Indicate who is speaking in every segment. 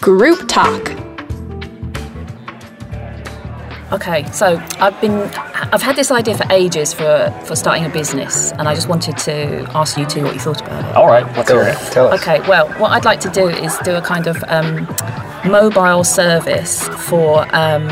Speaker 1: Group Talk.
Speaker 2: Okay, so I've been I've had this idea for ages for for starting a business, and I just wanted to ask you two what you thought about it.
Speaker 3: All right, let's
Speaker 4: Go
Speaker 3: hear
Speaker 4: on,
Speaker 3: it.
Speaker 4: tell us.
Speaker 2: Okay, well, what I'd like to do is do a kind of um, mobile service for um,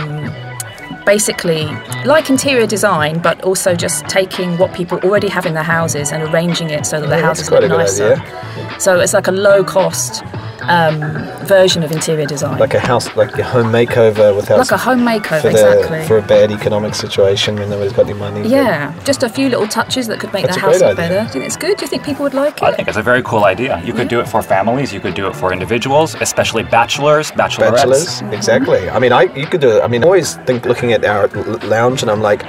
Speaker 2: basically like interior design, but also just taking what people already have in their houses and arranging it so that their
Speaker 4: that's
Speaker 2: houses
Speaker 4: quite
Speaker 2: look
Speaker 4: a good
Speaker 2: nicer.
Speaker 4: idea.
Speaker 2: So it's like a low cost um, version of interior design,
Speaker 4: Like a house, like a home makeover without.
Speaker 2: Like a home makeover,
Speaker 4: for
Speaker 2: exactly.
Speaker 4: For a bad economic situation when nobody's got any money.
Speaker 2: Yeah, just a few little touches that could make
Speaker 4: That's
Speaker 2: their
Speaker 4: a
Speaker 2: house
Speaker 4: great
Speaker 2: look
Speaker 4: idea.
Speaker 2: better. Do you think it's good? Do you think people would like it?
Speaker 3: I think it's a very cool idea. You could do it for families, you could do it for individuals, especially bachelors, bachelorettes.
Speaker 4: bachelors
Speaker 2: Mm-hmm.
Speaker 4: exactly i mean i you could do it i mean i always think looking at our l- lounge and i'm like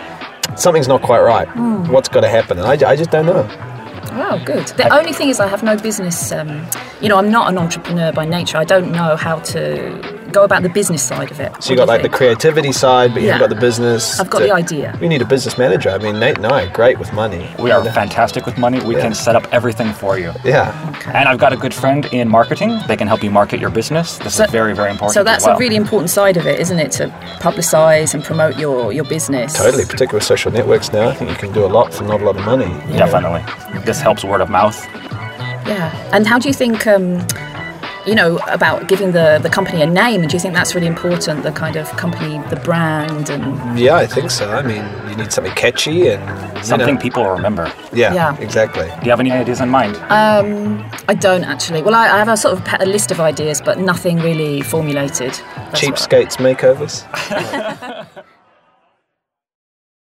Speaker 4: something's not quite right
Speaker 2: Mm.
Speaker 4: what's got to happen and I, j- I just don't know
Speaker 2: Wow, good. The only thing is, I have no business. Um, you know, I'm not an entrepreneur by nature. I don't know how to go about the business side of it.
Speaker 4: so you got like the creativity side but
Speaker 2: Yeah.
Speaker 4: you've got the business
Speaker 2: I've got
Speaker 4: to-
Speaker 2: the idea.
Speaker 4: we need a business manager i mean nate and i are great with money
Speaker 3: We are
Speaker 4: And, uh,
Speaker 3: fantastic with money. We
Speaker 4: Yeah.
Speaker 3: can set up everything for you.
Speaker 4: yeah
Speaker 3: And I've got a good friend in marketing. They can help you market your business. This
Speaker 2: So-
Speaker 3: is very, very important.
Speaker 2: So
Speaker 3: as
Speaker 2: that's
Speaker 3: well.
Speaker 2: a really important side of it, isn't it? To publicise and promote your your business.
Speaker 4: totally particularly with social networks now i think you can do a lot for not a lot of money
Speaker 3: definitely. This helps word of mouth.
Speaker 2: Yeah. And how do you think? Um, you know about giving the, the company a name, and do you think that's really important? The kind of company, the brand, and
Speaker 4: yeah i think so i mean you need something catchy and you
Speaker 3: Something
Speaker 4: know-
Speaker 3: people will remember.
Speaker 4: yeah,
Speaker 2: Yeah.
Speaker 4: exactly
Speaker 3: Do you have any ideas in mind?
Speaker 2: I don't actually. Well, I, I have a sort of pe- a list of ideas, but nothing really formulated. That's what I-
Speaker 4: cheapskates makeovers